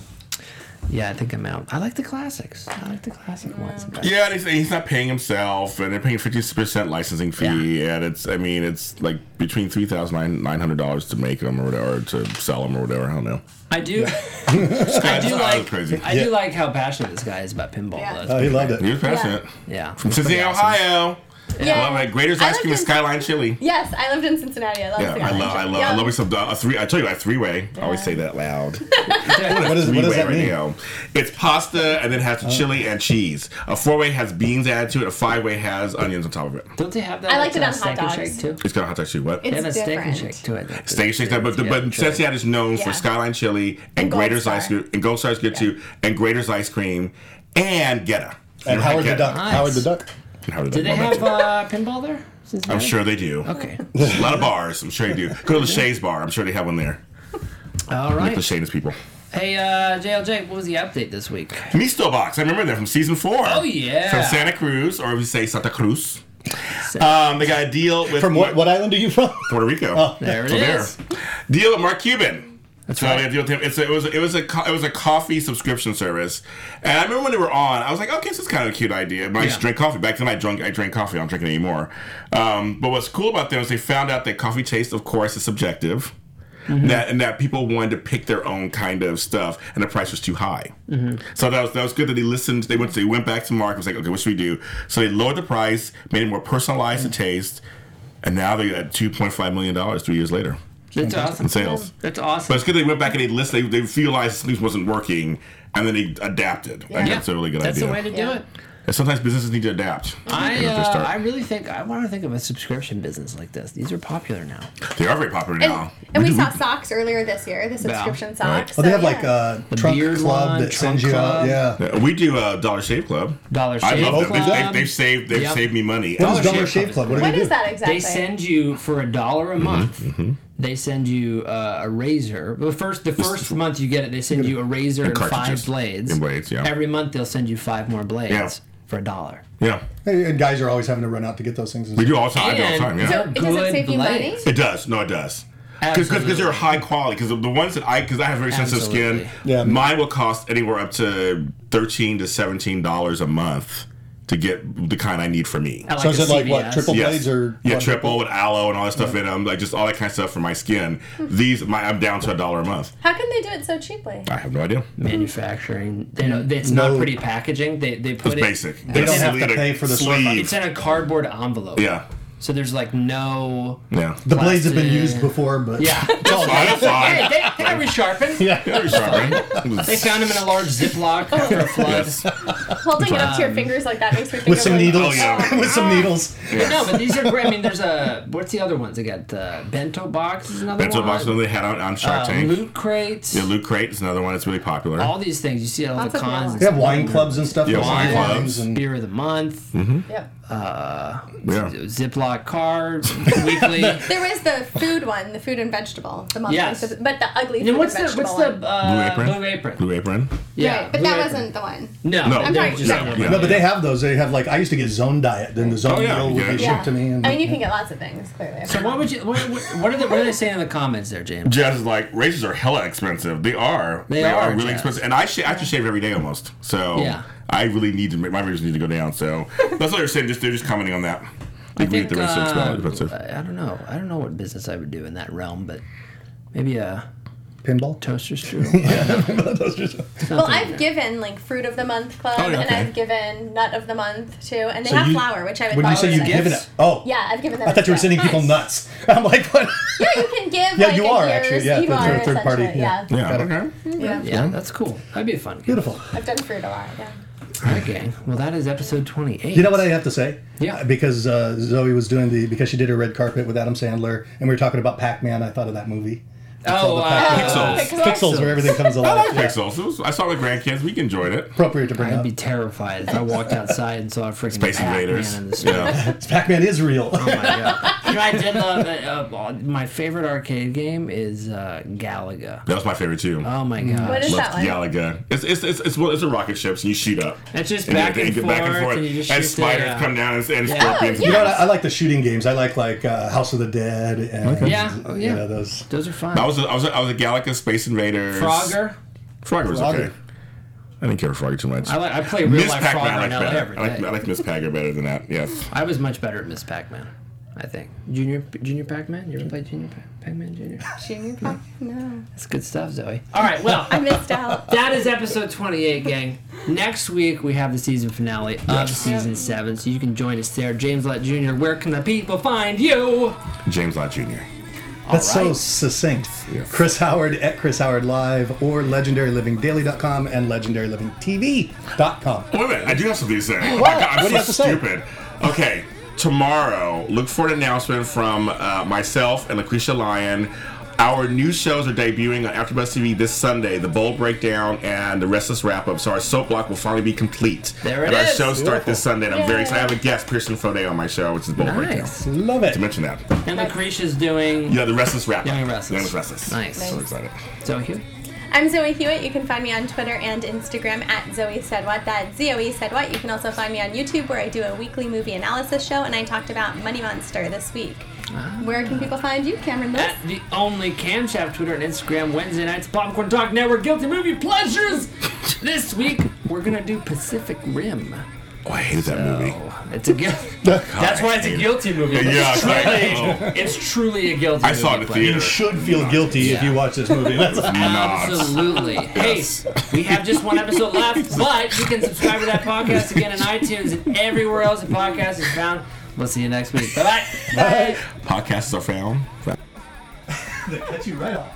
Yeah, I think I'm out. I like the classics. I like the classic ones. Yeah, and he's, he's not paying himself, and they're paying fifty percent licensing fee, and it's I mean it's like between three thousand nine nine hundred dollars to make them or whatever, or to sell them or whatever. I don't know. I do. I do That's like. crazy. Uh, I do like how passionate this guy is about pinball. Yeah. That's Oh, he loved it. You're passionate. Yeah. From Cincinnati, Pretty Ohio. Yeah. I love it. Graders I ice lived cream and in- Skyline Chili. Yes, I lived in Cincinnati. I love Yeah, I Cincinnati. love, I love, I Yeah. love me some a three. I tell you, I three way. I always say that loud. What, is, what does that mean? now. It's pasta and then has chili and cheese. A four way has beans added to it. A five way has onions on top of it. Don't they have that? I liked it uh, on hot steak and dogs. shake too. It's got a hot dog too. What? They have a It's steak and different. shake to it. Steak and shake that, but, Yeah, but sure. Cincinnati is known Yeah. for Skyline Chili and, Gold Grater's Star. ice cream and Gold Star's good too, and Grater's ice cream and Geta. And Howard the Duck. Nice. Howard the Duck. Howard Do the they Duck. Well, have that too. uh, pinball there? I'm sure they do. Okay. A lot of bars. I'm sure they do. Go to the Shays bar. I'm sure they have one there. All Like the right. Shays people. Hey, uh, JLJ, what was the update this week? Misto Box. I remember that from season four. Oh, yeah. From Santa Cruz, or if you say Santa Cruz. Um, they got a deal with From what, Oh, what island are you from? Puerto Rico. There it So is. Oh, Deal with Mark Cuban. That's so right. they had to deal with him. It's a, it was it was a co- it was a coffee subscription service, and I remember when they were on, I was like, okay, this is kind of a cute idea. But I used to Yeah. drink coffee back then. I drank I drank coffee. I don't drink it anymore. Um, but what's cool about them is they found out that coffee taste, of course, is subjective. Mm-hmm. That and that people wanted to pick their own kind of stuff, and the price was too high. Mm-hmm. So that was that was good that they listened. They went they went back to Mark and was like, okay, what should we do? So they lowered the price, made it more personalized Mm. to taste, and now they're at two point five million dollars three years later That's awesome. in sales. That's But awesome. it's good they went back and they listened. They, they realized this wasn't working, and then they adapted. I think Yeah. that's a really good That's idea. the way to do Yeah. it. and sometimes businesses need to adapt. I, And if they uh, start- I really think I want to think of a subscription business like this. These are popular now. they are very popular And, now. and we do- saw socks earlier this year, the subscription socks. Oh, they so have like yeah. a trunk beer club line, that trunk sends you club. out. Yeah. Yeah, we do uh, Dollar Shave Club. Dollar I Shave love them. They, Club. have saved. They've Yep. saved me money. What Dollar is Dollar Shave Shave Club Club? is What What do they do? is that exactly? They send you for a dollar Mm-hmm, a month. They send you uh, a razor. Well, first the first month you get it, they send you a razor and, five cartridges. blades. And blades, yeah. Every month they'll send you five more blades Yeah. for a dollar. Yeah, Hey, And guys are always having to run out to get those things. we do all the time. I do all the time. And Yeah. they're So, does it good save you money? blades. It does. No, it does. Because they're Absolutely. high quality. Because the ones that I, because I have very sensitive Absolutely. skin, Yeah. mine will cost anywhere up to thirteen to seventeen dollars a month to get the kind I need for me. I so is a it like what CVS. triple Yes. blades or yeah, quadruple? triple with aloe and all that stuff in them, like just all that kind of stuff for my skin. These, my, I'm down to a dollar a month. How can they do it so cheaply? I have no idea. manufacturing? They know it's No. not pretty packaging. They they put It's it basic. They don't It's have to sleeve- pay for the soy sleeve. money. It's in a cardboard envelope. Yeah, So there's like no. yeah. The blades have been Plastic. used before, but Yeah. It's fine. It's hey, fine. they, they got resharpened. Yeah. It was fine. It was- They found them in a large Ziploc after a flood. Yes. Holding it up to your fingers like that makes me think with of some like- needles. Oh, yeah. with some needles. But no, but these are great. I mean, there's a what's the other ones? They got uh, bento box is another Bento one. box another they had on, on Shark uh, Tank. loot crates. Yeah, Loot Crate is another one that's really popular. all these things you see all Lots the of cons. and They have stuff. wine clubs and stuff. Yeah, with wine some clubs. limes And Beer of the month, uh, Yep. Mm-hmm. yeah. Ziploc cards weekly. And There was the food one, the food and vegetable, the monthly, Yes. but the ugly. then food what's and the what's vegetable the one. Blue uh, Apron. blue apron? Blue Apron. Yeah, right, but Blue that Apron. wasn't the one. No, No. I'm they sorry, were yeah, other yeah. ones. No, but they have those. They have like I used to get Zone Diet, then the Zone Oh, yeah, Meal you would get be it. shipped to me. And, I mean, you can get lots of things clearly. So what would you? What, what, what are they? What are they saying in the comments there, James? Jazz is like razors are hella expensive. They are. They are, really Jazz. expensive. And I, sh- I have to shave every day almost. So Yeah. I really need to make my razors need to go down. So that's what they're saying. Just they're just commenting on that. They agree that the razors are expensive. I, I don't know. I don't know what business I would do in that realm, but maybe a pinball. toaster screw. yeah. Those are so- well, I've given like fruit of the month club, Oh, yeah, and okay. I've given nut of the month too, and they So have you- flour, which I would. When you buy say with you it. give it, oh Yeah, I've given them. I thought you were as sending people gifts. nuts. I'm like, what? Yeah, you can give. Yeah, like, you a are, year's- actually. Yeah, you third- are third party, essentially, yeah. Yeah. Got it. Okay. Yeah. Yeah, that's cool. That'd be a fun. Game. Beautiful. I've done fruit a lot. Yeah. Okay. Well, that is episode twenty-eight. You know what I have to say? Yeah. Uh, Because uh, Zoe was doing the because she did her red carpet with Adam Sandler, and we were talking about Pac Man. I thought of that movie. Oh, the uh, Pac-Man. Pixels. Pixels, where everything comes I alive. like Yeah. pixels. It was- I saw it with grandkids. We enjoyed it. Appropriate to bring I'd up. be terrified if I walked outside and saw a freaking Space Invaders. in the street. Yeah. Pac Man is real. Oh my god! You know, I did love uh, uh, my favorite arcade game is uh, Galaga. That was my favorite too. Oh my god! Mm. What is that Love one? Galaga. It's it's it's it's, well, it's a rocket ships and you shoot up. It's just And you back have to and get forth, and you just and shoot the, spiders uh, come down and, and scorpions. Oh, yeah. You know what? I, I like the shooting games. I like like uh, House of the Dead and Yeah, oh, you yeah. know, those. Those are fun. I was a, I was a, I was a Galaga Space Invaders. Frogger. Frogger was Frogger. okay. I didn't care for Frogger too much. I, like, I play real Miss life Pac-Man I Frogger like now better. every I like, day. I like Miss Pac-Man better than that. Yes. I was much better at Miss Pac-Man. I think Junior Junior Pac-Man. You ever played Junior Pac- Pac-Man Junior? Junior Pac? No. That's good stuff, Zoe. All right, well, I missed out. that is episode 28, gang. Next week we have the season finale of season seven, so you can join us there. James Lett Jr. Where can the people find you? James Lott Jr. That's so right. succinct. Chris Howard at Chris Howard Live or legendarylivingdaily.com and legendarylivingtv.com. Wait a minute, I do have something to say. Oh my God, I'm What do you have to so say? stupid. Okay, tomorrow, look for an announcement from uh, myself and Lucretia Lyon. Our new shows are debuting on AfterBuzz TV this Sunday: The Bold Breakdown and The Restless Wrap Up. So our soap block will finally be complete. There it and is. our shows start this Sunday. And I'm very excited. I have a guest, Pearson Fode, on my show, which is Bold Breakdown. Nice. Love it. To mention that, And Lucretia's doing yeah, The Restless Wrap Up. Young and Restless. Young and Restless. Nice. So excited. Zoe Hugh. I'm Zoe Hewitt. You can find me on Twitter and Instagram at Zoe Said What. That's Zoe Said What. You can also find me on YouTube where I do a weekly movie analysis show, and I talked about Money Monster this week. Where can people find you, Cameron Lewis? At the only camshaft Twitter and Instagram Wednesday nights Popcorn Talk Network Guilty Movie Pleasures. this week we're gonna do Pacific Rim. Oh, I hated that movie. Oh, it's a guilt. That's why it's a guilty movie. Yeah, it's, exactly. truly, it's truly a guilty. I saw it movie, at the but- theater. You should feel guilty if you watch this movie. That's Not. Absolutely. Hey, we have just one episode left, but you can subscribe to that podcast again on iTunes and everywhere else the podcast is found. We'll see you next week. Bye-bye. Bye. Podcasts are found. Catch you right off.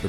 The